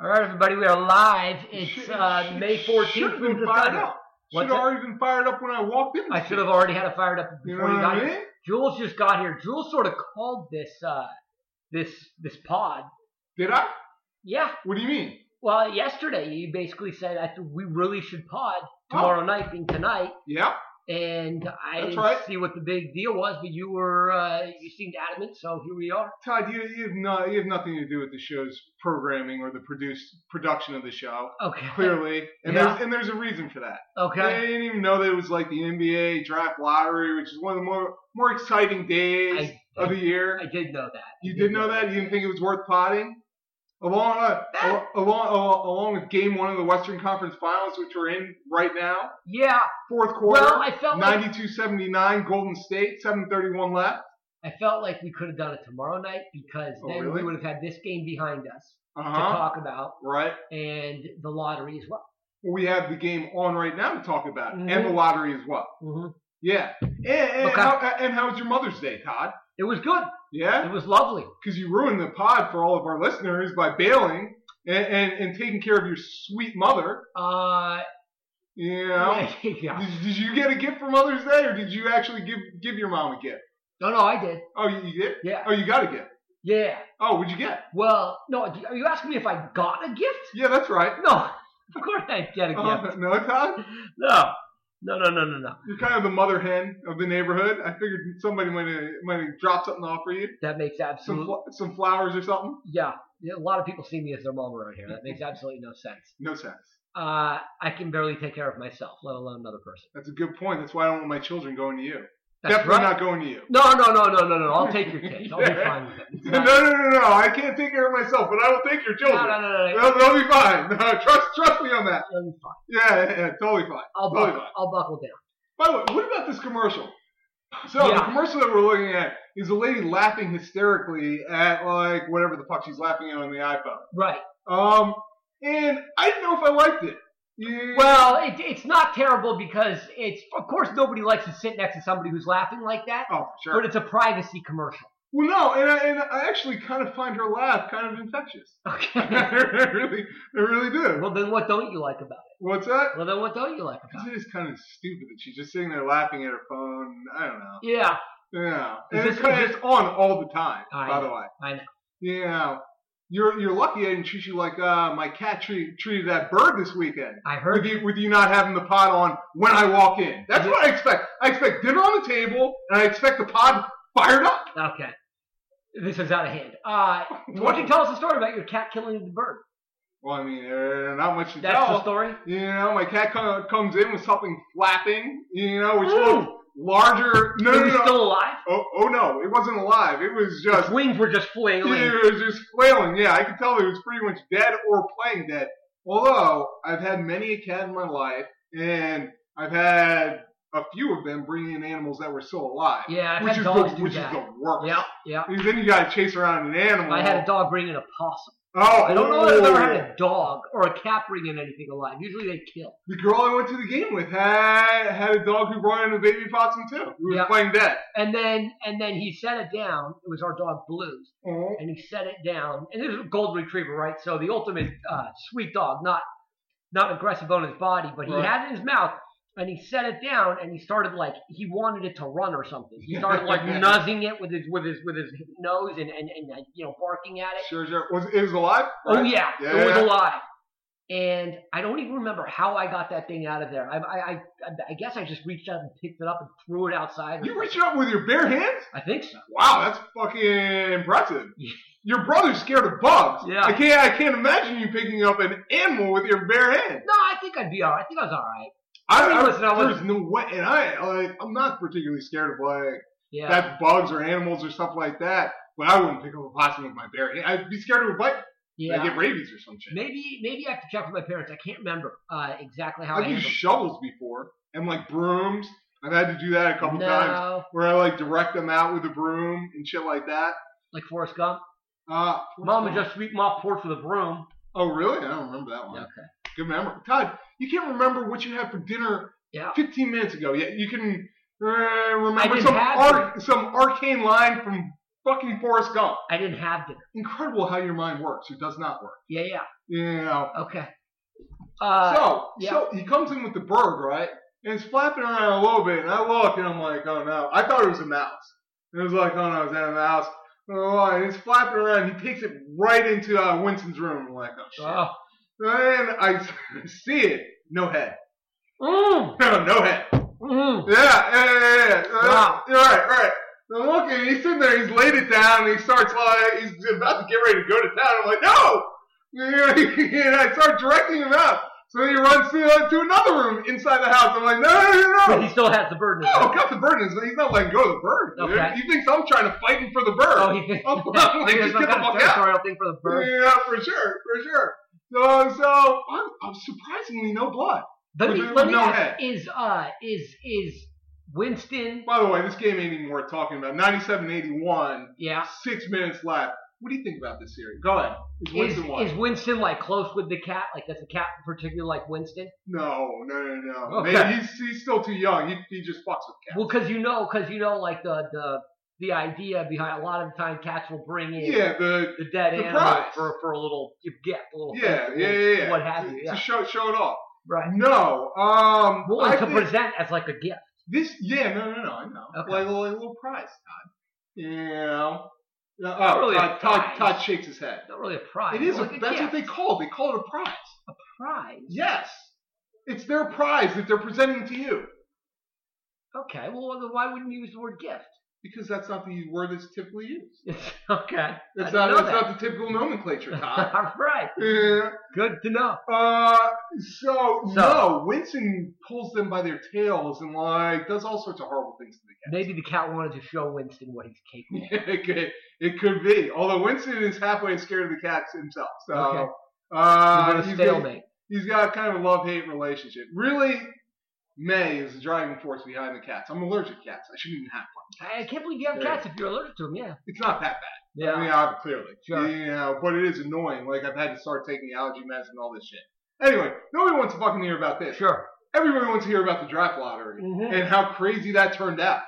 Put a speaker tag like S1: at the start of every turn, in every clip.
S1: All right, everybody, we are live. It's
S2: Should-
S1: uh,
S2: should-
S1: May 14th.
S2: should've
S1: We
S2: been
S1: decided.
S2: fired up.
S1: What's
S2: Should have
S1: that?
S2: already been fired up when I walked in.
S1: I should have already had it fired up
S2: You
S1: before
S2: know
S1: you
S2: what
S1: got
S2: I
S1: here.
S2: mean?
S1: Jules just got here. Jules sort of called this uh, this this pod.
S2: Did I?
S1: Yeah.
S2: What do you mean?
S1: Well, yesterday you basically said I th- we really should
S2: Oh.
S1: pod tomorrow night being tonight,
S2: Yeah.
S1: and I
S2: That's
S1: didn't
S2: right.
S1: see what the big deal was, but you were uh, you seemed adamant, so here we are.
S2: Todd, you, you have no, you have nothing to do with the show's programming or the produce production of the show.
S1: Okay.
S2: Clearly, and
S1: Yeah.
S2: there's and there's a reason for that. I
S1: Okay.
S2: didn't even know that it was like the NBA draft lottery, which is one of the more more exciting days
S1: I,
S2: of
S1: I,
S2: the year.
S1: I did know that.
S2: you did know that. You didn't think it was worth potting. Along, uh, al- along, al- along with Game One of the Western Conference Finals, which we're in right now,
S1: Yeah.
S2: fourth quarter.
S1: Well, I felt like
S2: 92-79, Golden State, 731 left.
S1: I felt like we could have done it tomorrow night because
S2: Oh,
S1: then we
S2: really?
S1: would have had this game behind us to
S2: Uh-huh.
S1: talk about
S2: Right.
S1: and the lottery as well.
S2: We have the game on right now to talk about,
S1: Mhm.
S2: and the lottery as well.
S1: hmm
S2: Yeah. And, and,
S1: Okay.
S2: how, and how was your Mother's Day, Todd?
S1: It was good.
S2: Yeah?
S1: It was lovely.
S2: Because you ruined the pod for all of our listeners by bailing and, and, and taking care of your sweet mother.
S1: Uh,
S2: You know?
S1: yeah.
S2: Did, did you get a gift for Mother's Day, or did you actually give give your mom a gift?
S1: No, no, I did.
S2: Oh, you, you did?
S1: Yeah.
S2: Oh, you got a gift.
S1: Yeah.
S2: Oh, what'd you get?
S1: Well, no, are you asking me if I got a gift?
S2: Yeah, that's right.
S1: No. Of course I get a
S2: Uh,
S1: gift.
S2: no, Todd?
S1: No. No, no, no, no, no.
S2: You're kind of the mother hen of the neighborhood. I figured somebody might have, might have dropped something off for you,
S1: That makes
S2: some
S1: absolute
S2: fl- some flowers or something.
S1: yeah. Yeah, A lot of people see me as their mom around here. That makes absolutely no sense.
S2: No sense.
S1: Uh, I can barely take care of myself, let alone another person.
S2: That's a good point. That's why I don't want my children going to you.
S1: That's
S2: Definitely
S1: right.
S2: not going to you.
S1: No, no, no, no, no, no. I'll take your kids. I'll be fine with it. It's
S2: No,
S1: not-
S2: no, no, no, no. I can't take care of myself, but I will take your
S1: no,
S2: children.
S1: no, no, no, no.
S2: They'll, they'll be fine. No, trust trust me on that.
S1: It'll be fine.
S2: Yeah, yeah, yeah, totally fine.
S1: I'll
S2: Totally
S1: buckle,
S2: fine.
S1: I'll buckle down.
S2: By the way, what about this commercial? So the
S1: Yeah.
S2: commercial that we're looking at is a lady laughing hysterically at like whatever the fuck she's laughing at on the iPhone.
S1: Right.
S2: Um, and I didn't know if I liked it. Yeah.
S1: Well, it, it's not terrible because it's, of course, nobody likes to sit next to somebody who's laughing like that,
S2: oh, sure.
S1: but it's a privacy commercial.
S2: well, no, and I, and I actually kind of find her laugh kind of infectious.
S1: Okay.
S2: I really, I really do.
S1: well, then what don't you like about it?
S2: What's that?
S1: Well, then what don't you like about
S2: Because
S1: it?
S2: it is kind of stupid that she's just sitting there laughing at her phone. I don't know.
S1: Yeah.
S2: Yeah,
S1: Is
S2: and
S1: this-
S2: it's, kind
S1: is
S2: of, it's on all the time.
S1: I
S2: by
S1: know,
S2: the way,
S1: I know.
S2: Yeah, you're you're lucky I didn't treat you like uh, my cat treat, treated that bird this weekend.
S1: I
S2: With
S1: heard
S2: you, with you not having the pod on when I walk in. That's
S1: Yeah.
S2: what I expect. I expect dinner on the table, and I expect the pod fired up.
S1: Okay. This is out of hand. Uh, why don't you tell us a story about your cat killing the bird?
S2: Well, I mean, uh, not much to
S1: That's
S2: tell.
S1: the story?
S2: You know, my cat come, comes in with something flapping. You know, which looked
S1: Ooh,
S2: larger. No,
S1: it
S2: no,
S1: was
S2: no.
S1: still alive?
S2: oh, oh no, it wasn't alive. It was just.
S1: Its wings were just flailing.
S2: It was just flailing. Yeah, I could tell it was pretty much dead or playing dead. Although I've had many a cat in my life, and I've had a few of them bring in animals that were still alive,
S1: Yeah, I've
S2: which
S1: had
S2: is
S1: dogs
S2: the,
S1: do
S2: which is
S1: that.
S2: the worst.
S1: Yeah, yeah.
S2: Because then you gotta chase around an animal.
S1: I had a dog bring in a possum.
S2: Oh,
S1: I don't know if I've ever had a dog or a cat bring in anything alive. Usually they kill.
S2: The girl I went to the game with had had a dog who brought in a baby possum too, who was
S1: Yeah.
S2: playing dead.
S1: And then and then he set it down. It was our dog Blues,
S2: Oh,
S1: and he set it down. And this is a gold retriever, right? So the ultimate uh, sweet dog, not not aggressive on his body, but he
S2: Right.
S1: had it in his mouth. And he set it down, and he started like he wanted it to run or something. He started like nuzzing it with his with his with his nose and and, and like, you know barking at it.
S2: sure, sure. Was it was alive?
S1: Oh
S2: Right.
S1: yeah, it
S2: Yeah.
S1: was alive. And I don't even remember how I got that thing out of there. I, I, I, I guess I just reached out and picked it up and threw it outside.
S2: You reached up with your bare hands?
S1: I think so.
S2: Wow, that's fucking impressive.
S1: Yeah.
S2: Your brother's scared of bugs.
S1: Yeah.
S2: I can't I can't imagine you picking up an animal with your bare hand.
S1: No, I think I'd be all right. I think I was all right.
S2: I,
S1: mean,
S2: I,
S1: listen, I
S2: there's no way and I like I'm not particularly scared of like
S1: Yeah.
S2: that bugs or animals or stuff like that. But I wouldn't pick up a possum with my bare hand. I'd be scared it would bite. me. I'd
S1: yeah.
S2: get rabies or some shit.
S1: Maybe maybe I have to check with my parents. I can't remember uh, exactly how I
S2: I've used
S1: handled
S2: shovels before and like brooms. I've had to do that a couple
S1: no,
S2: times where I like direct them out with a broom and shit like that.
S1: like Forrest Gump.
S2: Uh,
S1: Mama just sweep my porch with a broom.
S2: Oh really? I don't remember that one.
S1: Okay.
S2: Good memory. Todd, you can't remember what you had for dinner
S1: Yeah.
S2: 15 minutes ago. Yeah, you can uh,
S1: I
S2: remember
S1: didn't
S2: some
S1: have
S2: arc, some arcane line from Fucking Forrest Gump.
S1: I didn't have dinner.
S2: Incredible how your mind works. It does not work.
S1: Yeah, yeah.
S2: You know.
S1: Okay. Uh,
S2: so,
S1: yeah.
S2: so he comes in with the bird, right? And it's flapping around a little bit, and I look, and I'm like, oh no. I thought it was a mouse. It was like, oh no, is that a mouse? Oh, and it's flapping around. He takes it right into uh, Winston's room. I'm like, oh shit.
S1: oh.
S2: And I see it. No head.
S1: Mm,
S2: No, no head.
S1: mm.
S2: Yeah, yeah, yeah, yeah. Uh,
S1: Wow.
S2: Right, right. I'm looking, he's sitting there, he's laid it down, and he starts like, he's about to get ready to go to town. I'm like, no! And I start directing him out. So he runs to, uh, to another room inside the house. I'm like, no, no, no,
S1: But
S2: no.
S1: he still has the bird in his
S2: No,
S1: hand.
S2: cut the bird. He's he's not letting go of the bird. dude.
S1: Okay.
S2: He thinks I'm trying to fight him for the bird.
S1: Oh, he thinks
S2: I'm like,
S1: he has
S2: just
S1: some
S2: get the
S1: kind of
S2: fuck out.
S1: territorial thing for the bird.
S2: Yeah, for sure, for sure. So, so I'm, I'm surprisingly no blood.
S1: Let
S2: With
S1: me,
S2: no-
S1: let me
S2: no
S1: ask, is, uh, is, is Winston,
S2: By the way, this game ain't even worth talking about. 97 81,
S1: yeah,
S2: six minutes left. What do you think about this series? Go ahead. It's
S1: is,
S2: Winston one.
S1: is Winston, like, close with the cat? Like, does the cat in particular like Winston?
S2: No, no, no, no.
S1: Okay.
S2: Maybe he's, he's still too young. He, he just fucks with cats.
S1: Well, because you know, because you know, like, the, the, the idea behind a lot of the time cats will bring in
S2: yeah, the
S1: the dead
S2: The
S1: animal
S2: prize.
S1: for, for a little gift, a little
S2: yeah,
S1: festival,
S2: yeah, yeah, yeah.
S1: what have you,
S2: To-
S1: yeah,
S2: To show show it off.
S1: right.
S2: No, um,
S1: Well,
S2: I
S1: and to
S2: think
S1: present as like a gift.
S2: this. Yeah, no, no, no. I know.
S1: Okay.
S2: Like, a little- like a little prize, Todd. You know. No,
S1: Not
S2: oh,
S1: really a
S2: Todd, Todd,
S1: prize.
S2: Todd shakes his head.
S1: Not really a prize.
S2: It is.
S1: but
S2: A,
S1: like a
S2: that's
S1: gift.
S2: what they call. it. They call it a prize.
S1: prize.
S2: Yes, it's their prize that they're presenting to you
S1: Okay, well then why wouldn't you use the word gift?
S2: because that's not the word that's typically used.
S1: It's- okay. I
S2: That's
S1: didn't
S2: not.
S1: know
S2: That's
S1: that.
S2: not the typical nomenclature, Todd.
S1: All right.
S2: Yeah.
S1: Good to know.
S2: Uh, so,
S1: So-
S2: no, Winston pulls them by their tails and like does all sorts of horrible things to the
S1: Maybe the cat wanted to show Winston what he's capable.
S2: cat. it, could, it could be. Although Winston is halfway as scared of the cats himself, so
S1: Okay.
S2: uh,
S1: of. He's
S2: he's
S1: been a
S2: got,
S1: stalemate.
S2: he's got kind of a love hate relationship. Really, May is the driving force behind the cats. I'm allergic to cats. I shouldn't even have one.
S1: I, I can't believe you have
S2: Yeah.
S1: cats if you're allergic to them. Yeah.
S2: It's not that bad.
S1: Yeah.
S2: I mean, I'm clearly.
S1: Sure.
S2: You know, but it is annoying. Like I've had to start taking allergy medicine and all this shit. Anyway, nobody wants to fucking hear about this.
S1: Sure.
S2: Everybody wants to hear about the draft lottery
S1: Mhm.
S2: and how crazy that turned out.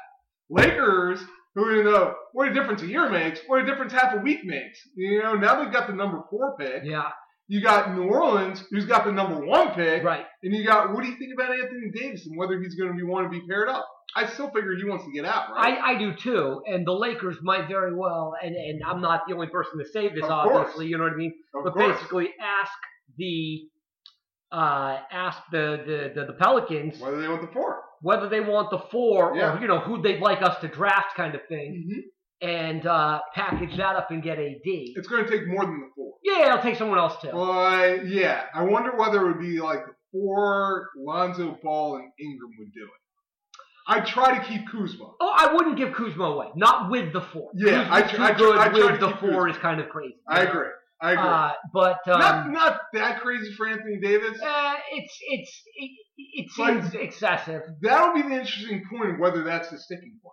S2: Lakers, who you know, what a difference a year makes, what a difference half a week makes. You know, now they've got the number four pick.
S1: Yeah.
S2: You got New Orleans, who's got the number one pick,
S1: Right.
S2: and you got what do you think about Anthony Davis and whether he's going to be want to be paired up? I still figure he wants to get out, right?
S1: I, I do too, and the Lakers might very well, and, and I'm not the only person to say this,
S2: Of course.
S1: obviously, you know what I mean?
S2: of
S1: but
S2: course.
S1: basically ask the uh, ask the, the, the, the Pelicans
S2: Whether they want the four.
S1: whether they want the four
S2: Yeah.
S1: or you know who they'd like us to draft kind of thing,
S2: Mm-hmm.
S1: and uh, package that up and get a D.
S2: It's going to take more than the four.
S1: Yeah, I'll take someone else too.
S2: But yeah, I wonder whether it would be like the four Lonzo Ball and Ingram would do it. I try to keep Kuzma.
S1: oh, I wouldn't give Kuzma away, not with the four.
S2: Yeah, I
S1: Kuzma's too
S2: tr- I tr-
S1: good
S2: I try
S1: with
S2: to
S1: the
S2: keep
S1: four
S2: Kuzma.
S1: is kind of crazy.
S2: I agree. I agree.
S1: Uh, but
S2: not
S1: um,
S2: not that crazy for Anthony Davis.
S1: uh, it's it's it, it
S2: Like-
S1: seems excessive.
S2: That'll be the interesting point of whether that's the sticking point.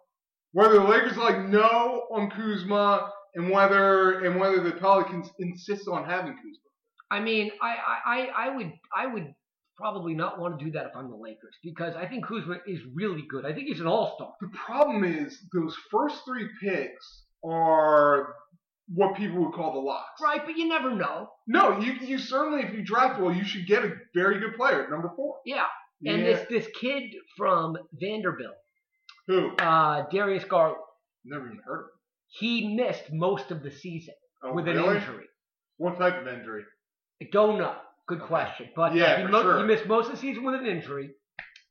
S2: Whether the Lakers are like no on Kuzma and whether and whether the Pelicans insist on having Kuzma.
S1: I mean, I, I, I- I would I would probably not want to do that if I'm the Lakers because I think Kuzma is really good. I think he's an all star.
S2: The problem is those first three picks are what people would call the locks.
S1: Right, but you never know.
S2: No, you you certainly if you draft well, you should get a very good player at number four.
S1: Yeah. And
S2: Yeah.
S1: this this kid from Vanderbilt,
S2: who
S1: uh, Darius Garland,
S2: never even heard of. him.
S1: he missed most of the season
S2: Oh,
S1: with
S2: really?
S1: an injury.
S2: What type of injury?
S1: I don't know. Good
S2: Okay.
S1: question. But uh,
S2: Yeah,
S1: he,
S2: for
S1: mo-
S2: sure.
S1: he missed most of the season with an injury.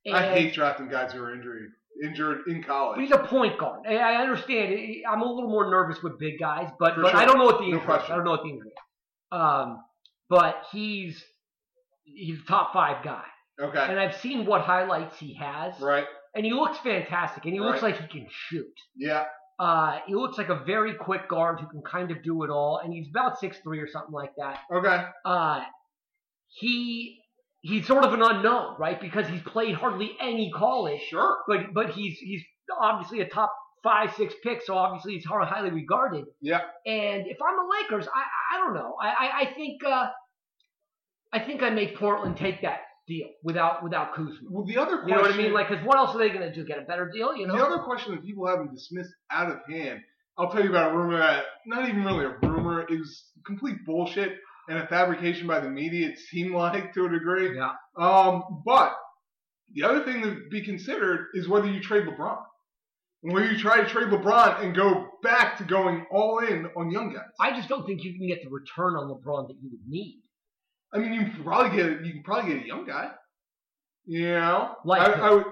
S1: And,
S2: I hate drafting guys who are injured injured in
S1: But
S2: college.
S1: he's a point guard. I, I understand. I- I'm a little more nervous with big guys, but,
S2: For
S1: but I
S2: sure.
S1: don't know what the
S2: No
S1: injury. is.
S2: question.
S1: I don't know what the injury. Is. Um, but he's he's a top five guy,
S2: Okay,
S1: and I've seen what highlights he has,
S2: right?
S1: and he looks fantastic, and he looks like he can shoot.
S2: Yeah,
S1: Uh, he looks like a very quick guard who can kind of do it all, and he's about six three or something like that.
S2: okay,
S1: Uh, he he's sort of an unknown, right? Because he's played hardly any college
S2: sure.
S1: but but he's he's obviously a top five six pick, so obviously he's hard- highly regarded.
S2: Yeah.
S1: And if I'm the Lakers, I I- I don't know. I I, I think uh, I think I make Portland take that deal without without Kuzma.
S2: Well, the other
S1: You
S2: question,
S1: know what I mean? Like, because what else are they going to do? Get a better deal? You know?
S2: the other question that people haven't dismissed out of hand. I'll tell you about a rumor that not even really a rumor. It was complete bullshit and a fabrication by the media. It seemed like to a degree.
S1: Yeah.
S2: Um, but the other thing to be considered is whether you trade LeBron. Whether you try to trade LeBron and go back to going all in on young guys.
S1: I just don't think you can get the return on LeBron that you would need.
S2: I mean, you can probably get you can probably get a young guy. You know,
S1: Like
S2: I,
S1: who?
S2: I would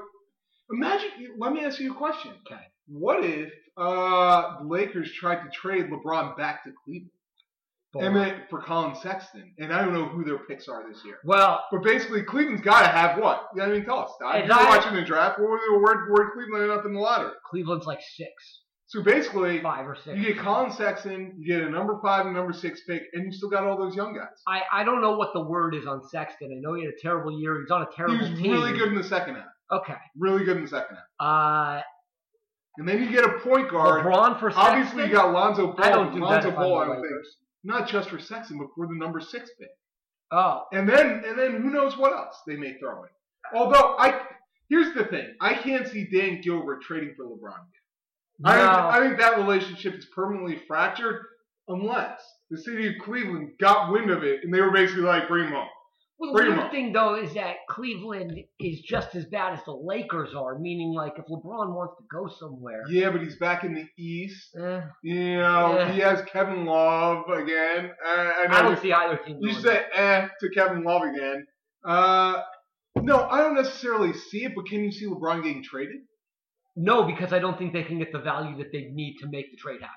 S2: imagine. Let me ask you a question.
S1: Okay.
S2: What if uh, the Lakers tried to trade LeBron back to Cleveland
S1: But-
S2: and then for Colin Sexton? And I don't know who their picks are this year.
S1: well,
S2: But basically, Cleveland's got to have what? I mean, tell us. Todd.
S1: Hey,
S2: You were
S1: Zion-
S2: watching the draft. What were the word word Cleveland ended up in the lottery?
S1: Cleveland's like six,
S2: So basically,
S1: five or six.
S2: you get Colin Sexton, you get a number five and number six pick, and you still got all those young guys.
S1: I, I don't know what the word is on Sexton. I know he had a terrible year. He's on a
S2: He
S1: terrible
S2: was
S1: team.
S2: really good in the second half.
S1: Okay.
S2: Really good in the second half.
S1: Uh,
S2: And then you get a point guard.
S1: LeBron for Sexton.
S2: Obviously, you got Lonzo Ball.
S1: I don't do that
S2: Lonzo
S1: if I'm
S2: Ball,
S1: the
S2: I would think,
S1: Lakers.
S2: not just for Sexton, but for the number six pick.
S1: Oh,
S2: And then, and then, who knows what else they may throw in. Although I, here's the thing: I can't see Dan Gilbert trading for LeBron.
S1: no.
S2: I, I think that relationship is permanently fractured unless the city of Cleveland got wind of it and they were basically like, "Bring him home."
S1: Well, the
S2: Bring 'em
S1: weird
S2: up.
S1: thing though is that Cleveland is just as bad as the Lakers are. Meaning, like, if LeBron wants to go somewhere,
S2: Yeah, but he's back in the East.
S1: eh,
S2: You know,
S1: Yeah.
S2: he has Kevin Love again. Uh, I,
S1: I
S2: know you-
S1: don't see either team.
S2: You
S1: doing
S2: said eh to Kevin Love again. Uh, no, I don't necessarily see it, but can you see LeBron getting traded?
S1: No, because I don't think they can get the value that they need to make the trade happen.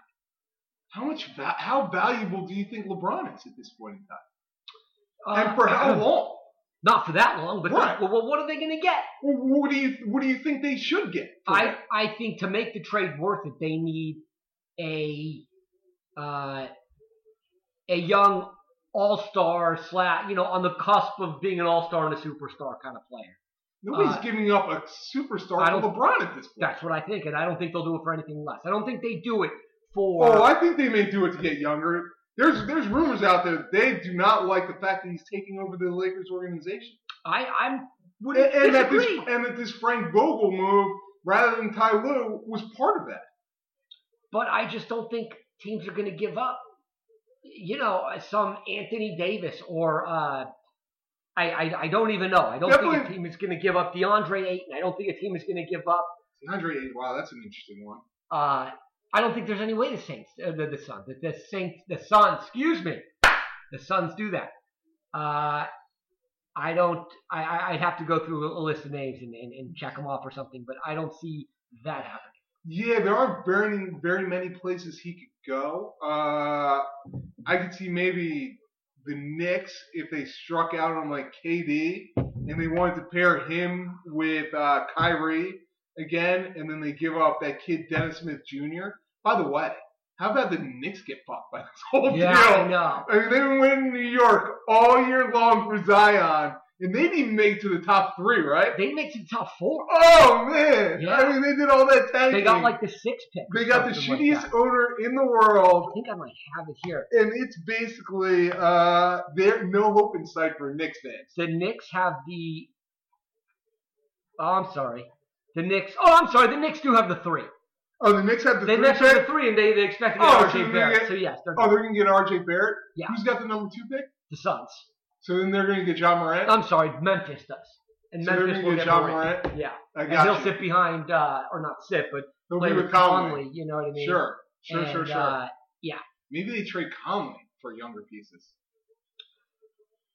S2: How much? Va- how valuable do you think LeBron is at this point in time,
S1: Uh,
S2: and for how long?
S1: Not for that long, but
S2: Right.
S1: well, well, what are they going to get?
S2: Well, what do you What do you think they should get? for
S1: I
S2: him?
S1: I think to make the trade worth it, they need a uh, a young all star slash you know on the cusp of being an all star and a superstar kind of player.
S2: Nobody's
S1: uh,
S2: giving up a superstar
S1: I
S2: for
S1: don't-
S2: LeBron at this point.
S1: That's what I think, and I don't think they'll do it for anything less. I don't think they do it for.
S2: Well, I think they may do it to get younger. There's there's rumors out there that they do not like the fact that he's taking over the Lakers organization.
S1: I I'm would
S2: and, and that this
S1: disagree.
S2: and that this Frank Vogel move rather than Ty Lue was part of that.
S1: but I just don't think teams are going to give up. You know, some Anthony Davis or uh, I, I I don't even know. I don't think a
S2: Definitely-
S1: team is going to give up DeAndre Ayton. I don't think a team is going to give up.
S2: DeAndre Ayton, wow, that's an interesting one.
S1: Uh, I don't think there's any way the Saints, uh, the, the Suns, the, the Saints, the Suns, excuse me, the Suns do that. Uh, I don't. I- I I'd have to go through a list of names and, and, and check them off or something, but I don't see that happening.
S2: Yeah, there aren't very very many places he could go. Uh, I could see maybe the Knicks if they struck out on like KD and they wanted to pair him with uh, Kyrie again, and then they give up that kid Dennis Smith Jr. By the way, how about the Knicks get fucked by this whole
S1: yeah,
S2: deal?
S1: I know.
S2: I mean, they've been winning New York all year long for Zion, and they didn't make it to the top three, right?
S1: They make the top four.
S2: Oh man!
S1: Yeah.
S2: I mean, they did all that tanking.
S1: They got like the six pick. or
S2: They got the
S1: something like
S2: shittiest
S1: that.
S2: owner in the
S1: I
S2: world,
S1: think I might have it here.
S2: and it's basically uh, there no hope in sight for Knicks fans.
S1: The Knicks have the. Oh, I'm sorry. The Knicks. Oh, I'm sorry. The Knicks do have the three.
S2: Oh, the Knicks have the
S1: They
S2: three
S1: Knicks have the
S2: pick.
S1: three, and they they expect to
S2: Oh,
S1: get
S2: so
S1: RJ
S2: they
S1: Barrett.
S2: get-
S1: So yes, they're
S2: Oh, they're gonna get RJ Barrett.
S1: Yeah.
S2: Who's got the number two pick?
S1: the Suns.
S2: So then they're gonna get John Morant.
S1: I'm sorry, Memphis does, and
S2: so they're
S1: Uh, Memphis
S2: gonna
S1: will
S2: get
S1: get
S2: John
S1: Morant.
S2: Morant.
S1: Yeah,
S2: I
S1: and he'll
S2: got you.
S1: sit behind, uh, or not sit, but
S2: They'll
S1: play
S2: be
S1: with
S2: with Conley.
S1: Conley. You know what I mean?
S2: Sure, sure, sure,
S1: And,
S2: sure.
S1: Uh,
S2: Maybe they trade Conley for younger pieces.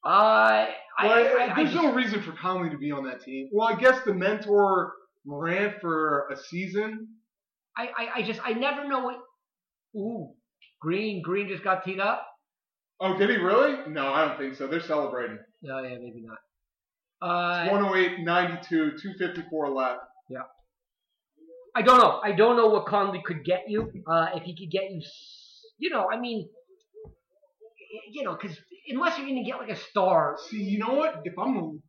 S1: uh, I, I,
S2: Well, I-
S1: I- I
S2: there's
S1: just-
S2: no reason for Conley to be on that team. Well, I guess the mentor Morant for a season.
S1: I, I, I just I never know what. Ooh, Green Green just got teed up.
S2: Oh, did he really? No, I don't think so. They're celebrating.
S1: No, yeah, maybe not. Uh,
S2: It's 108, 92, 254 left.
S1: I don't know. I don't know what Conley could get you. Uh, if he could get you, s- you know, I mean, y- you know, because unless you're going to get like a star,
S2: See, you know what? If I'm the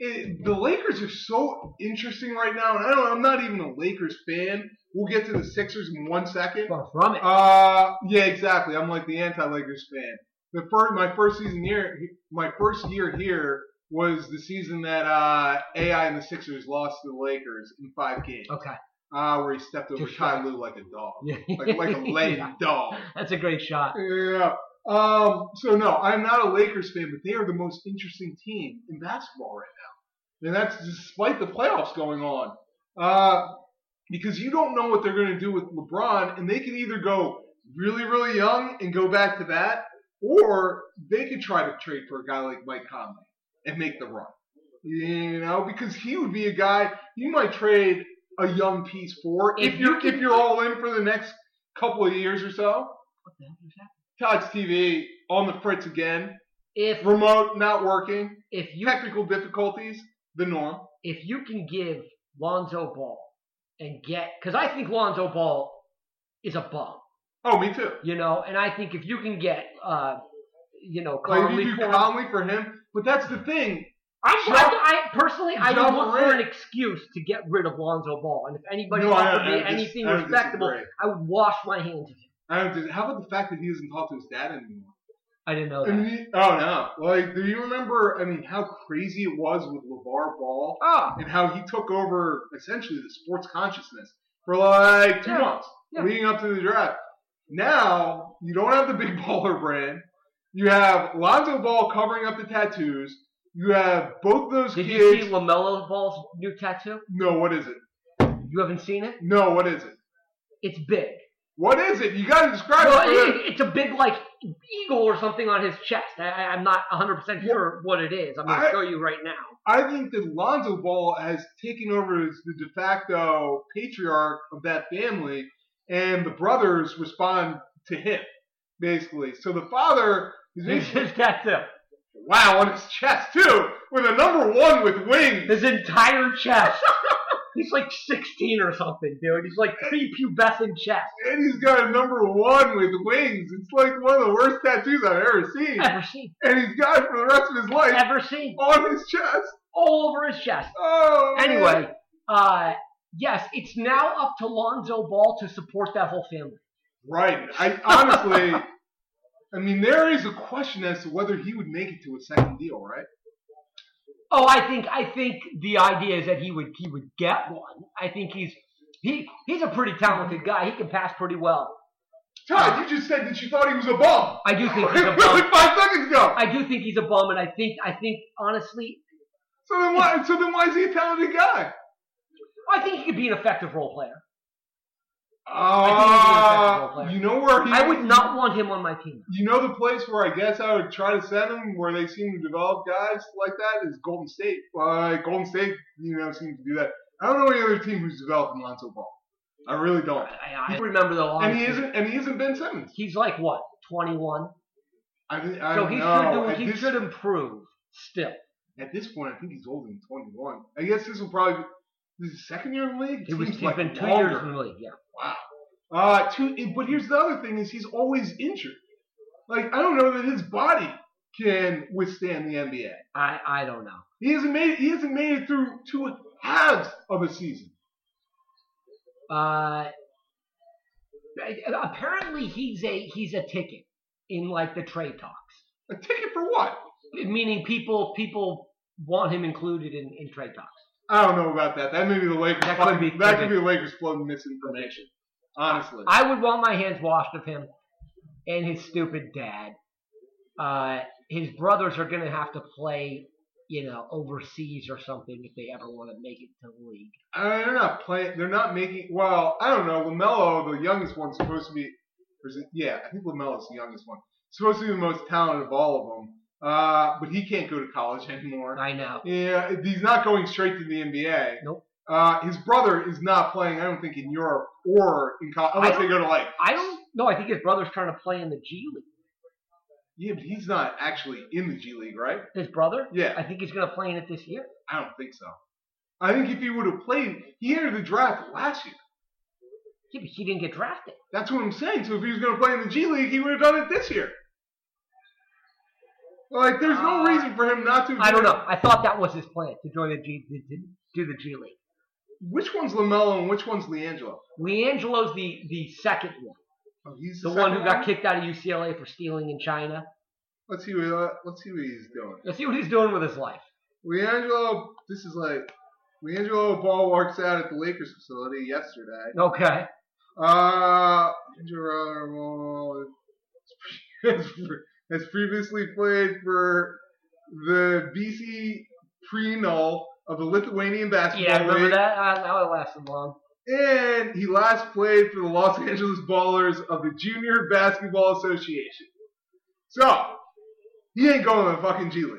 S2: it, the Lakers are so interesting right now, and I don't. I'm not even a Lakers fan. We'll get to the Sixers in one second.
S1: far from it.
S2: Uh, yeah, exactly. I'm like the anti-Lakers fan. The first, my first season here, my first year here was the season that uh, AI and the Sixers lost to the Lakers in five games.
S1: Okay.
S2: uh, where he stepped over
S1: Oh. Just right.
S2: Ty Lue like a dog,
S1: Yeah.
S2: like like a lame
S1: Yeah.
S2: dog.
S1: That's a great shot.
S2: Yeah. Um, so no, I'm not a Lakers fan, but they are the most interesting team in basketball right now, and that's despite the playoffs going on. Uh, because you don't know what they're going to do with LeBron, and they can either go really, really young and go back to that, or they could try to trade for a guy like Mike Conley and make the run. You know, because he would be a guy you might trade a young piece for if,
S1: If you
S2: you're if you're all in for the next couple of years or so.
S1: What the hell just happened?
S2: Todd's TV on the fritz again.
S1: If
S2: Remote not working.
S1: if you
S2: Technical difficulties, the norm.
S1: if you can give Lonzo Ball and get because I think Lonzo Ball is a bum,
S2: Oh, me too.
S1: you know, and I think if you can get uh, you know,
S2: Like,
S1: Conley
S2: you do
S1: for him-
S2: Conley for him, but that's the thing.
S1: I,
S2: Jump-
S1: I, I personally, I would
S2: jump
S1: look for an
S2: in.
S1: excuse to get rid of Lonzo Ball, and if anybody
S2: No, I-
S1: offered
S2: I
S1: me
S2: dis-
S1: anything
S2: I disagree.
S1: respectable, I would wash my hands of him.
S2: I don't, how about the fact that he doesn't talk to his dad anymore?
S1: I didn't know
S2: I
S1: that.
S2: mean, oh no! Like, do you remember? I mean, how crazy it was with LeVar Ball
S1: Oh,
S2: and how he took over essentially the sports consciousness for like two
S1: Yeah.
S2: months
S1: Yeah.
S2: leading up to the draft. Now you don't have the big baller brand. You have Lonzo Ball covering up the tattoos. You have both those
S1: did you
S2: kids.
S1: see Lamelo Ball's new tattoo?
S2: no, what is it?
S1: You haven't seen it?
S2: No, what is it?
S1: It's big.
S2: What is it? You gotta describe
S1: Well,
S2: it. for them.
S1: it, it's a big like eagle or something on his chest. I, I, I'm not 100 percent sure what it is. I'm going to
S2: I-
S1: show you right now.
S2: I think that Lonzo Ball has taken over as the de facto patriarch of that family, and the brothers respond to him, basically. So the father is
S1: This is his tattoo.
S2: wow on his chest too, with a number one with wings.
S1: His entire chest. He's like 16 or something, dude. He's like prepubescent chest.
S2: And he's got a number one with wings. It's like one of the worst tattoos I've ever seen.
S1: Ever seen?
S2: And he's got it for the rest of his life
S1: Ever seen?
S2: on his chest.
S1: All over his chest.
S2: Oh. man.
S1: Anyway, uh, yes, it's now up to Lonzo Ball to support that whole family.
S2: Right. I honestly, I mean, there is a question as to whether he would make it to a second deal, right?
S1: Oh, I think I think the idea is that he would he would get one. I think he's he he's a pretty talented guy. He can pass pretty well.
S2: Todd, you just said that you thought he was a bum.
S1: I do think he's a bum.
S2: Really, five seconds ago.
S1: I do think he's a bum, and I think I think honestly,
S2: So then why? So then why is he a talented guy?
S1: I think he could be an effective role player.
S2: Uh,
S1: think he's an effective role player.
S2: you know where he?
S1: I would not want him on my team.
S2: You know the place where I guess I would try to send him, where they seem to develop guys like that, is Golden State. Like Golden State, you know, seems to do that. I don't know any other team who's developed Lonzo Ball. I really don't.
S1: I, I remember though,
S2: And he
S1: honestly,
S2: isn't. And he isn't Ben Simmons.
S1: he's like what twenty one,
S2: I, mean, I
S1: so
S2: don't
S1: he
S2: know.
S1: should
S2: At
S1: do, he
S2: this-
S1: should improve still.
S2: At this point, I think he's older than 21. I guess this will probably be his second year in the league.
S1: He was,
S2: Seems
S1: he's
S2: like
S1: been two
S2: longer.
S1: years in the league. Yeah,
S2: Wow. Uh, two, but here's the other thing: is he's always injured. Like I don't know that his body can withstand the NBA.
S1: I I don't know.
S2: He hasn't made he hasn't made it through two halves of a season.
S1: Uh, apparently he's a he's a ticket in like the trade talks,
S2: A ticket for what?
S1: meaning people people want him included in, in trade talks.
S2: I don't know about that. That may be the Lakers.
S1: That could be-
S2: that could be the Lakers flooding misinformation. Honestly,
S1: I would want my hands washed of him and his stupid dad. Uh, his brothers are gonna have to play, you know, overseas or something if they ever want to make it to the league.
S2: I mean, they're not playing. They're not making. Well, I don't know. Lamelo, the youngest one's supposed to be. Or is it, yeah, I think Lamelo's the youngest one. Supposed to be the most talented of all of them. Uh, but he can't go to college anymore.
S1: I know.
S2: Yeah, he's not going straight to the NBA.
S1: Nope.
S2: Uh, his brother is not playing. I don't think in Europe or in college
S1: I
S2: unless
S1: don't-
S2: they go to like.
S1: I don't know. I think his brother's trying to play in the G League.
S2: Yeah, but he's not actually in the G League, right?
S1: His brother.
S2: Yeah.
S1: I think he's gonna play in it this year.
S2: I don't think so. I think if he would have played, he entered the draft last year.
S1: Yeah, but he didn't get drafted.
S2: That's what I'm saying. So if he was going to play in the G League, he would have done it this year. Like, there's no
S1: Uh,
S2: reason for him not to.
S1: I don't know. I thought that was his plan to join the G to, to do the G League.
S2: Which one's Lamelo and which one's Leangelo?
S1: Leangelo's the the second one,
S2: Oh, he's
S1: the one who
S2: second
S1: got kicked out of UCLA for stealing in China.
S2: Let's see. What, uh, let's see what he's doing.
S1: Let's see what he's doing with his life.
S2: Leangelo, this is like LiAngelo Ball works out at the Lakers facility yesterday.
S1: Okay.
S2: Uh, LiAngelo Ball has, has previously played for the BC Prenol of the Lithuanian Basketball
S1: Yeah, remember
S2: League.
S1: that? Uh, that one lasted long.
S2: And he last played for the Los Angeles Ballers of the Junior Basketball Association. So, he ain't going to the fucking G League.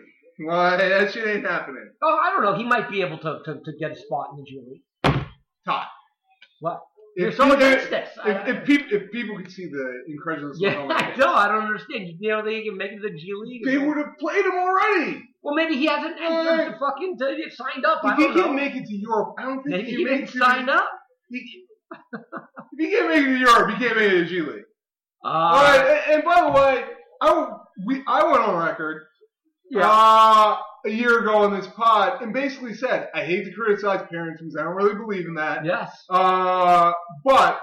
S2: Like, that shit ain't happening.
S1: Oh, I don't know. He might be able to, to, to get a spot in the G League.
S2: Todd.
S1: What?
S2: If
S1: You're so
S2: people-
S1: against this. I-
S2: If, if, peop if people could see the incredulous look
S1: yeah,
S2: on my
S1: I
S2: face,
S1: know. I don't understand. You know, they can make it to the G League.
S2: they would have played him already.
S1: Well, maybe he hasn't entered the fucking to get signed up. I
S2: If he
S1: don't
S2: can
S1: know.
S2: make it to Europe, I don't think
S1: Maybe
S2: he
S1: he
S2: can make
S1: didn't
S2: it to
S1: sign up.
S2: He, if he can't make it to Europe, he can't make it to G League. All
S1: Uh,
S2: right, and, and by the way, I we I went on record
S1: yeah.
S2: uh, a year ago on this pod and basically said I hate to criticize parents because I don't really believe in that.
S1: yes.
S2: Uh, but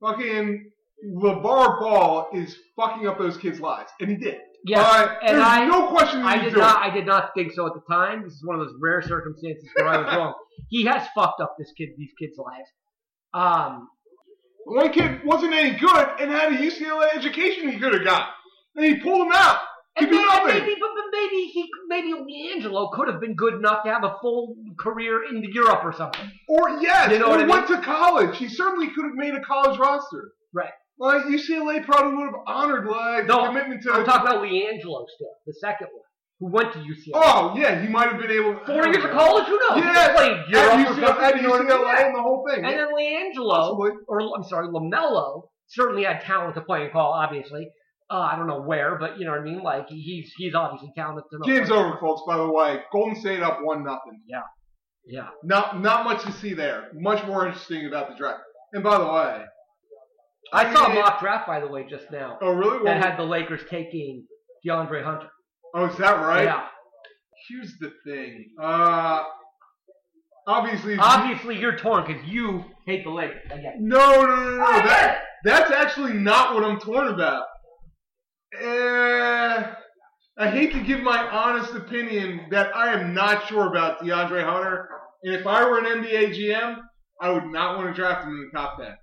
S2: fucking LeVar Ball is fucking up those kids' lives, and he did.
S1: Yes.
S2: All right,
S1: and
S2: there's
S1: I-
S2: no question that
S1: I
S2: he's
S1: did
S2: doing
S1: not. I did not think so at the time. This is one of those rare circumstances where I was wrong. He has fucked up this kid, these kids' lives. Um,
S2: One kid wasn't any good and had a UCLA education he could have got. And he pulled him out. He
S1: and
S2: did
S1: maybe,
S2: nothing.
S1: maybe, but, but maybe he, maybe Angelo could have been good enough to have a full career in Europe or something.
S2: Or yes,
S1: You know
S2: or
S1: what I
S2: went to college. He certainly could have made a college roster.
S1: Right.
S2: Like UCLA probably would have honored like
S1: No,
S2: commitment to.
S1: I'm talking about Leangelo still, the second one, who went to UCLA.
S2: oh yeah, he might have been able. to
S1: Four years of college, who knows? He
S2: Yeah,
S1: played
S2: At
S1: Europe or
S2: UCLA,
S1: something,
S2: at
S1: you know what I mean?
S2: UCLA and the whole thing.
S1: And then Leangelo,
S2: Possibly.
S1: or I'm sorry, Lamelo certainly had talent to play and call. Obviously, uh, I don't know where, but you know what I mean. Like he's he's obviously talented. To know.
S2: Game's over, folks. By the way, Golden State up one nothing.
S1: Yeah,
S2: Not not much to see there. Much more interesting about the draft. And by the way,
S1: I saw a
S2: mean,
S1: mock draft by the way just now
S2: Oh really?
S1: that had the Lakers taking DeAndre Hunter.
S2: oh, is that right?
S1: Yeah,
S2: Here's the thing. Uh, obviously,
S1: obviously you're torn because you hate the Lakers. I get it.
S2: no, no, no, no. no.
S1: I
S2: That,
S1: get it.
S2: that's actually not what I'm torn about. Uh, I hate to give my honest opinion that I am not sure about DeAndre Hunter, and if I were an NBA GM, I would not want to draft him in the top ten.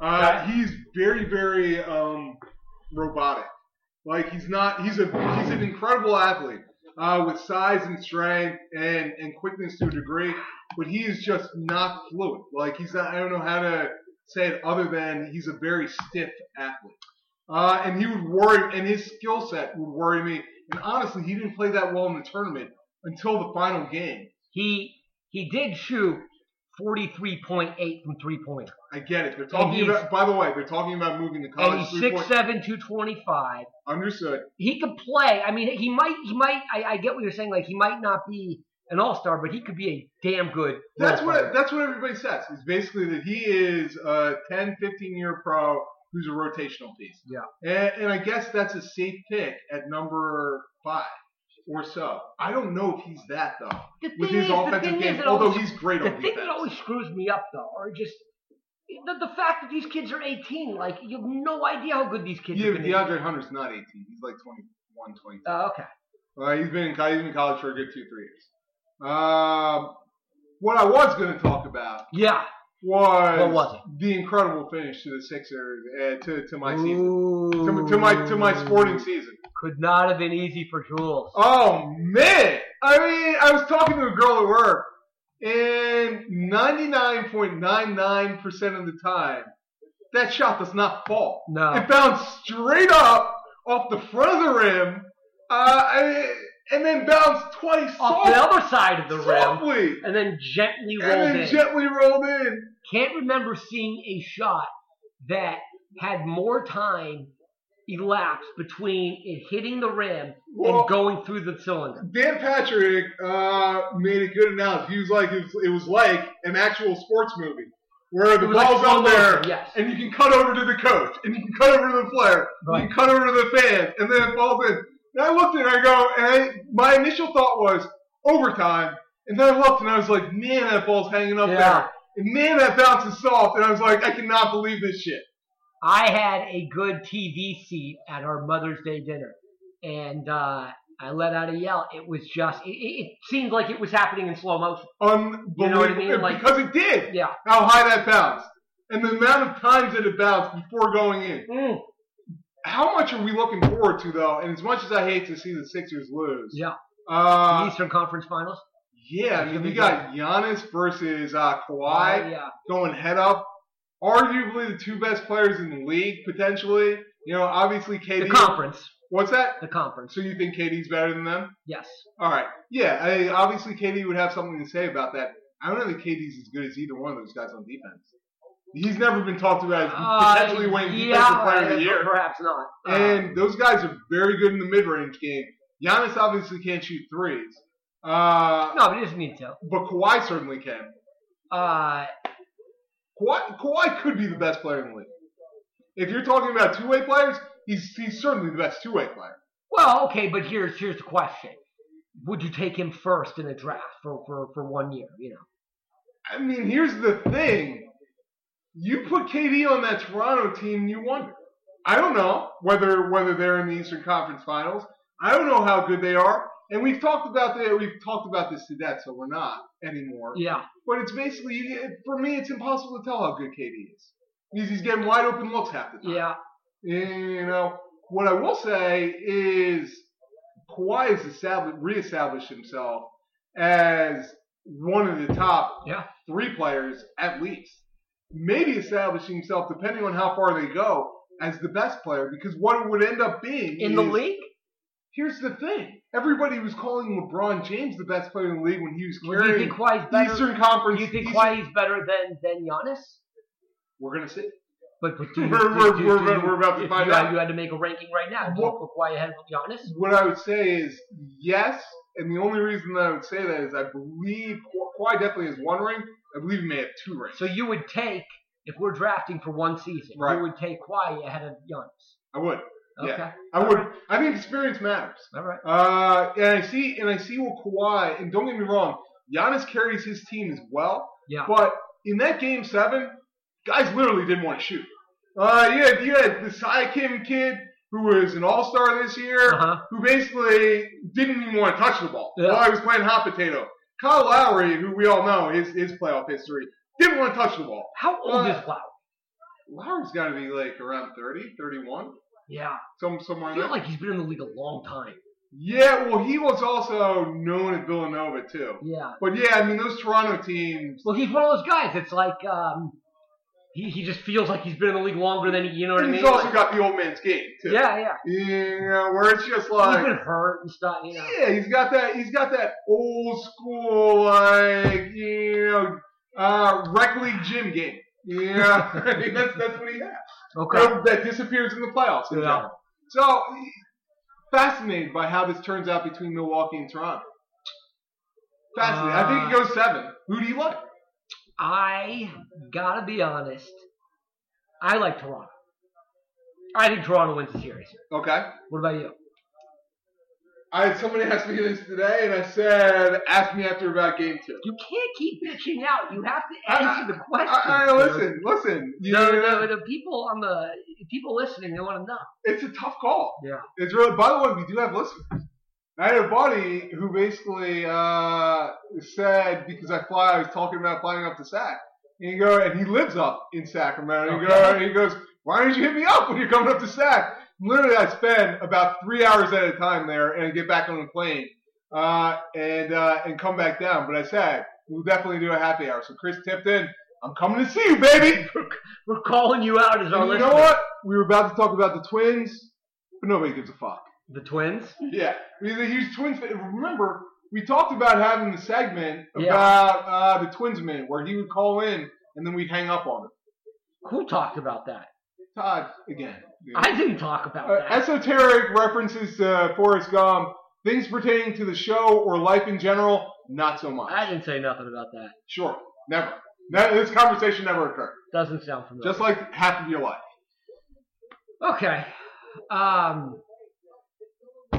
S2: Uh, he's very, very um, robotic. Like he's not. He's a he's an incredible athlete uh, with size and strength and and quickness to a degree, but he is just not fluid. Like he's not. I don't know how to say it other than he's a very stiff athlete. Uh, and he would worry, and his skill set would worry me. And honestly, he didn't play that well in the tournament until the final game.
S1: He he did shoot 43.8 from three point,
S2: I get it. They're
S1: And
S2: talking
S1: he's-
S2: about. By the way, they're talking about moving the
S1: and he's
S2: college Oh, three
S1: six
S2: point.
S1: seven two twenty five.
S2: Understood.
S1: he could play. I mean, he might, he might. I, I get what you're saying. Like, he might not be an all star, but he could be a damn good.
S2: That's
S1: role
S2: what
S1: player.
S2: that's what everybody says. Is basically that he is a 10, 15 year pro who's a rotational piece.
S1: Yeah.
S2: And, and I guess that's a safe pick at number five or so. I don't know if he's that though
S1: the
S2: with
S1: thing
S2: his
S1: is, the
S2: offensive
S1: thing
S2: game.
S1: is, it
S2: although
S1: always,
S2: he's great
S1: the
S2: on
S1: thing
S2: defense.
S1: that always screws me up though, are just the, the fact that these kids are 18. Like, you have no idea how good these kids
S2: yeah,
S1: are.
S2: but
S1: gonna be.
S2: DeAndre Hunter's not 18. He's like 21, 22.
S1: Uh, okay.
S2: Uh, he's been in college, he's been in college for a good two, three years. Um, what I was going to talk about
S1: Yeah.
S2: was,
S1: What was
S2: the incredible finish to the Sixers uh, to, to my season,
S1: Ooh.
S2: to, to my to my sporting season.
S1: Could not have been easy for Jules.
S2: Oh man! I mean, I was talking to a girl at work, and 99.99% of the time, that shot does not fall.
S1: No.
S2: It bounced straight up off the front of the rim, uh, I- and then bounced twice
S1: Off the other side of the rim,
S2: softly,
S1: and then gently rolled
S2: and then
S1: in.
S2: gently rolled in.
S1: can't remember seeing a shot that had more time elapsed between it hitting the rim
S2: Well-
S1: and going through the cylinder.
S2: Dan Patrick uh, made a good analogy. He was like, it was, it was like an actual sports movie where the
S1: It was like
S2: ball's
S1: slow
S2: out there,
S1: motion, yes.
S2: and you can cut over to the coach, and you can cut over to the player, and you can cut over to the fans, and then it falls in. And I looked at it, and I go, and I, my initial thought was overtime. And then I looked, and I was like, man, that ball's hanging up
S1: Yeah.
S2: there, and man, that bounce is soft. And I was like, I cannot believe this shit.
S1: I had a good TV seat at our Mother's Day dinner, and uh, I let out a yell. It was just, it, it it seemed like it was happening in slow motion.
S2: Unbelievable.
S1: You know what I mean? Like-
S2: because it did.
S1: Yeah.
S2: How high that bounced. And the amount of times that it bounced before going in.
S1: Mm.
S2: How much are we looking forward to, though? And as much as I hate to see the Sixers lose.
S1: Yeah.
S2: Uh,
S1: Eastern Conference Finals.
S2: yeah, I
S1: It's
S2: mean,
S1: gonna
S2: you
S1: be
S2: got Giannis versus uh, Kawhi.
S1: Uh, yeah.
S2: going head up. Arguably the two best players in the league, potentially. You know, obviously
S1: The
S2: KD.
S1: conference.
S2: What's that?
S1: The conference.
S2: So you think KD's better than them?
S1: Yes.
S2: All right. Yeah, I, obviously KD would have something to say about that. I don't think KD's as good as either one of those guys on defense. He's never been talked about
S1: Uh,
S2: as potentially winning
S1: yeah,
S2: defensive player of the year.
S1: Perhaps not. Uh,
S2: And those guys are very good in the mid-range game. Giannis obviously can't shoot threes, uh,
S1: no, but he doesn't need to.
S2: but Kawhi certainly can.
S1: Uh,
S2: Kawhi, Kawhi could be the best player in the league. If you're talking about two-way players, he's he's certainly the best two-way player.
S1: well, okay, but here's here's the question: Would you take him first in a draft for for, for one year? You know,
S2: I mean, here's the thing: you put KD on that Toronto team, you wonder. I don't know whether whether they're in the Eastern Conference Finals. I don't know how good they are, and we've talked about that. We've talked about this to death, so we're not anymore.
S1: yeah,
S2: But it's basically you get- for me, it's impossible to tell how good KD is because he's getting wide open looks half the time.
S1: yeah,
S2: You know, uh, what I will say is Kawhi has established, reestablished himself as one of the top
S1: Yeah.
S2: three players at least. Maybe establishing himself, depending on how far they go, as the best player because what it would end up being
S1: in the
S2: is-
S1: league.
S2: Here's the thing: everybody was calling LeBron James the best player in the league when he was
S1: Well, do you
S2: carrying
S1: think Kawhi's
S2: the
S1: better?
S2: Eastern
S1: do
S2: Conference.
S1: you think
S2: Eastern-
S1: Kawhi's better than than Giannis?
S2: We're gonna see.
S1: But, but do you,
S2: We're-
S1: do-
S2: we're-
S1: do-
S2: we're-
S1: do
S2: we're-
S1: you-
S2: we're about to
S1: if
S2: find
S1: you, had-
S2: out.
S1: You had to make a ranking right now. Do you
S2: What-
S1: put Kawhi ahead of Giannis?
S2: What I would say is yes, and the only reason that I would say that is I believe Ka- Kawhi definitely has one ring. I believe he may have two rings.
S1: So you would take if we're drafting for one season,
S2: Right.
S1: you would take Kawhi ahead of Giannis.
S2: I would.
S1: Okay,
S2: Yeah. I would. I think experience matters.
S1: all right.
S2: Uh, and I see, and I see what Kawhi. And don't get me wrong, Giannis carries his team as well.
S1: Yeah.
S2: But in that game seven, guys literally didn't want to shoot. Uh, you had you had the Cy Kim kid who was an All Star this year.
S1: Uh huh.
S2: who basically didn't even want to touch the ball
S1: Yeah.
S2: while he was playing hot potato. Kyle Lowry, who we all know his his playoff history, didn't want to touch the ball.
S1: How old
S2: Uh,
S1: is Flower?
S2: Lowry's got to be like around 30, 31,
S1: Yeah.
S2: some somewhere
S1: I
S2: in there.
S1: feel like he's been in the league a long time.
S2: yeah, well, he was also known at Villanova too.
S1: Yeah.
S2: But yeah, I mean those Toronto teams.
S1: Well, he's one of those guys. It's like um, he he just feels like he's been in the league longer than he, you know what I
S2: And
S1: mean?
S2: he's also
S1: Like-
S2: got the old man's game too.
S1: yeah, yeah.
S2: You know, where it's just
S1: he's
S2: like.
S1: been hurt and stuff. You know.
S2: Yeah, he's got that. He's got that old school, like you know, uh, rec league gym game. Yeah, I mean, that's that's what he has.
S1: Okay.
S2: That, that disappears in the playoffs. in
S1: Yeah.
S2: general. So fascinated by how this turns out between Milwaukee and Toronto. Fascinated. I think it goes seven. Who do you like?
S1: I gotta be honest. I like Toronto. I think Toronto wins the series.
S2: Okay.
S1: What about you?
S2: I somebody asked me this today, and I said, "Ask me after about game two.
S1: You can't keep bitching out. You have to
S2: I-
S1: answer the question.
S2: I, I listen, listen. You
S1: No,
S2: know,
S1: no, the people on the people listening, they want to know.
S2: it's a tough call.
S1: Yeah.
S2: It's really. By the way, we do have listeners. I had a buddy who basically uh, said because I fly, I was talking about flying up to Sac, and he go, and he lives up in Sacramento. And he, go,
S1: Okay.
S2: and he goes, why didn't you hit me up when you're coming up to Sac? Literally, I spend about three hours at a time there, and I get back on the plane uh, and uh, and come back down. But I said we'll definitely do a happy hour. So Chris tipped in. I'm coming to see you, baby.
S1: We're calling you out as our
S2: And you
S1: listener.
S2: know what? We were about to talk about the twins, but nobody gives a fuck.
S1: The twins.
S2: Yeah, he's a huge twins fan. Remember, we talked about having the segment
S1: Yeah.
S2: about uh, the twins minute where he would call in and then we'd hang up on him.
S1: Who talked about that?
S2: Todd again.
S1: I didn't talk about
S2: Uh,
S1: that.
S2: esoteric references to Forrest Gump, things pertaining to the show or life in general, not so much.
S1: I didn't say nothing about that.
S2: sure, never. Ne- this conversation never occurred.
S1: Doesn't sound familiar.
S2: Just like half of your life.
S1: okay. Um,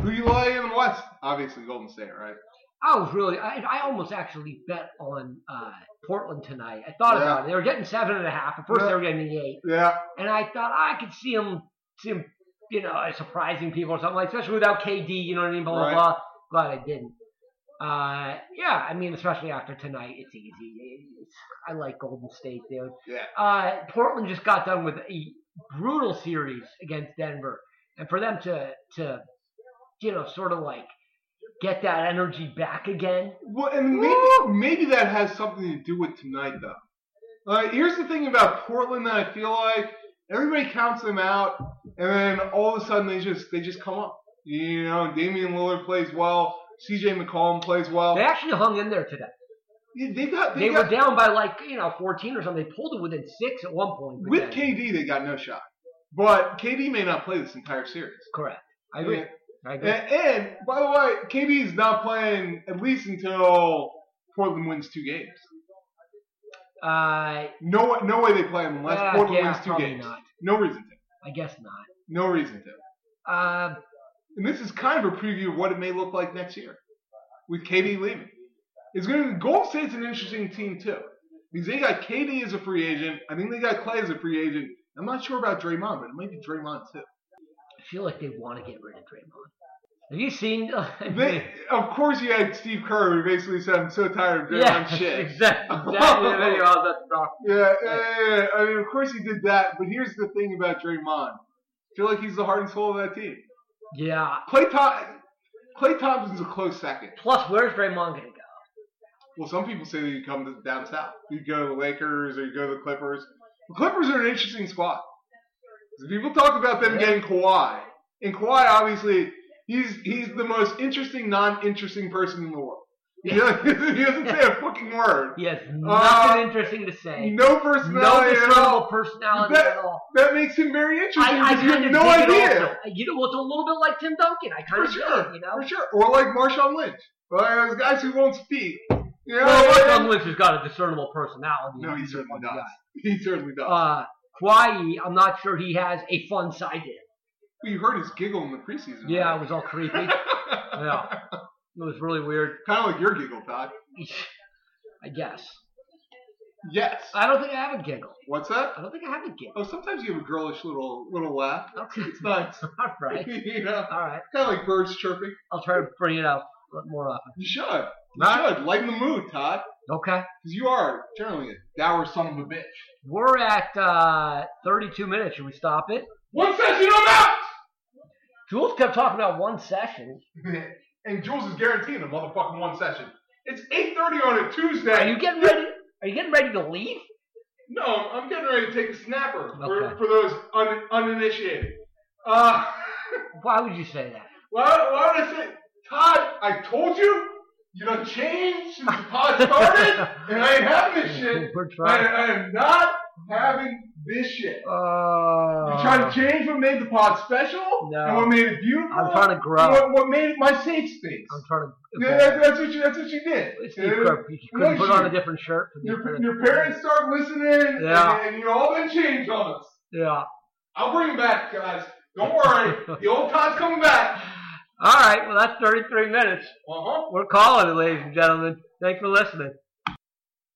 S2: Who you like in the West? Obviously, Golden State, right?
S1: I was really, I, I almost actually bet on uh, Portland tonight. I thought
S2: Yeah.
S1: about it. They were getting seven and "Ah, a half. At first, they were getting eight,
S2: Yeah,
S1: and I thought I could see them, see them you know, uh, surprising people or something like, especially without KD, you know what I mean? Blah
S2: Right.
S1: blah blah. Glad I didn't. Uh, yeah, I mean, especially after tonight, it's easy. It's, I like Golden State, dude.
S2: Yeah.
S1: Uh, Portland just got done with a brutal series against Denver, and for them to to, you know, sort of like get that energy back again.
S2: Well, and maybe maybe that has something to do with tonight, though. Uh, here's the thing about Portland that I feel like everybody counts them out, and then all of a sudden they just they just come up. You know, Damian Lillard plays well, C.J. McCollum plays well.
S1: They actually hung in there today.
S2: Yeah, they got they,
S1: They
S2: got
S1: were down by like you know 14 or something. They pulled it within six at one point. but
S2: with
S1: then-
S2: KD they got no shot, but KD may not play this entire series.
S1: correct. I agree.
S2: Yeah.
S1: I
S2: And,
S1: agree.
S2: and by the way, KD is not playing at least until Portland wins two games.
S1: Uh,
S2: No, no way they play him unless
S1: yeah,
S2: Portland
S1: Uh, yeah,
S2: wins two
S1: probably
S2: games.
S1: not.
S2: No reason to.
S1: I guess not.
S2: No reason to.
S1: Uh,
S2: And this is kind of a preview of what it may look like next year with KD leaving. It's going to Golden State's an interesting team too because they got KD as a free agent. I think they got Clay as a free agent. I'm not sure about Draymond, but it might be Draymond too.
S1: I feel like they want to get rid of Draymond. Have you seen? I
S2: They, of course, you had Steve Kerr who basically said, "I'm so tired of Draymond
S1: yeah,
S2: shit."
S1: exactly. Exactly. the video of that stuff.
S2: Yeah, yeah, yeah, yeah. I mean, of course he did that, but here's the thing about Draymond. I feel like he's the heart and soul of that team.
S1: Yeah.
S2: Clay, Thom- Clay Thompson's a close second.
S1: Plus, where's Draymond gonna go?
S2: Well, some people say that you come to down south. You go to the Lakers or you go to the Clippers. The Clippers are an interesting spot. 'Cause People talk about them getting Kawhi, and Kawhi obviously he's he's the most interesting, non-interesting person in the world. He doesn't, he doesn't say a fucking word.
S1: He has nothing
S2: Uh,
S1: interesting to say.
S2: No
S1: No
S2: personality at all.
S1: discernible personality
S2: That-
S1: at all.
S2: That makes him very interesting.
S1: I, I
S2: because you
S1: kind
S2: have
S1: of
S2: no
S1: dig
S2: idea.
S1: It also. Uh, You know, well, it's a little bit like Tim Duncan. I kind
S2: For
S1: of
S2: sure.
S1: you know.
S2: For sure. Or like Marshawn Lynch. Like, those guys who won't speak. You know, like-
S1: Well, Doug Lynch has got a discernible personality.
S2: no, he certainly
S1: Yeah.
S2: does. He certainly does.
S1: Uh, Kawhi, I'm not sure he has a fun side to him.
S2: Well, you heard his giggle in the preseason.
S1: Yeah, it was all creepy. yeah, it was really weird.
S2: Kind of like your giggle, Todd.
S1: I guess.
S2: Yes.
S1: I don't think I have a giggle.
S2: What's that?
S1: I don't think I have a giggle.
S2: Oh, sometimes you have a girlish little little laugh.
S1: Okay.
S2: It's nice.
S1: All right.
S2: you know,
S1: All right.
S2: kind of like birds chirping.
S1: I'll try to bring it up more often.
S2: You should. You
S1: Right.
S2: should. Lighten the mood, Todd.
S1: Okay.
S2: Because you are generally a dour son of a bitch.
S1: We're at uh, 32 minutes. Should we stop it?
S2: One session I'm out!
S1: Jules kept talking about one session.
S2: and Jules is guaranteeing a motherfucking one session. It's 8.30 on a Tuesday.
S1: Are you getting ready? Are you getting ready to leave?
S2: No, I'm, I'm getting ready to take a snapper for,
S1: Okay.
S2: for those un, uninitiated. Uh,
S1: Why would you say that?
S2: why, why would I say, Todd, I told you, you done changed since the pod started, and I ain't having this shit.
S1: We're
S2: I,
S1: trying.
S2: I am not having this shit.
S1: Oh.
S2: you trying to change what made the pod special,
S1: No.
S2: and what made it beautiful,
S1: I'm trying to
S2: and
S1: grow.
S2: what, what made it my safe space.
S1: I'm trying to.
S2: Yeah, that- that's, what you, that's what you did.
S1: It's Steve
S2: You know?
S1: Kerr. You couldn't
S2: Nice
S1: put on a
S2: shoes.
S1: different shirt for the
S2: Your, your parents start listening,
S1: Yeah.
S2: and, and you all then change on us.
S1: Yeah.
S2: I'll bring him back, guys. Don't worry. the old Todd's coming back.
S1: All right. Well, that's 33 minutes.
S2: Uh-huh.
S1: We're calling it, ladies and gentlemen. Thanks for listening.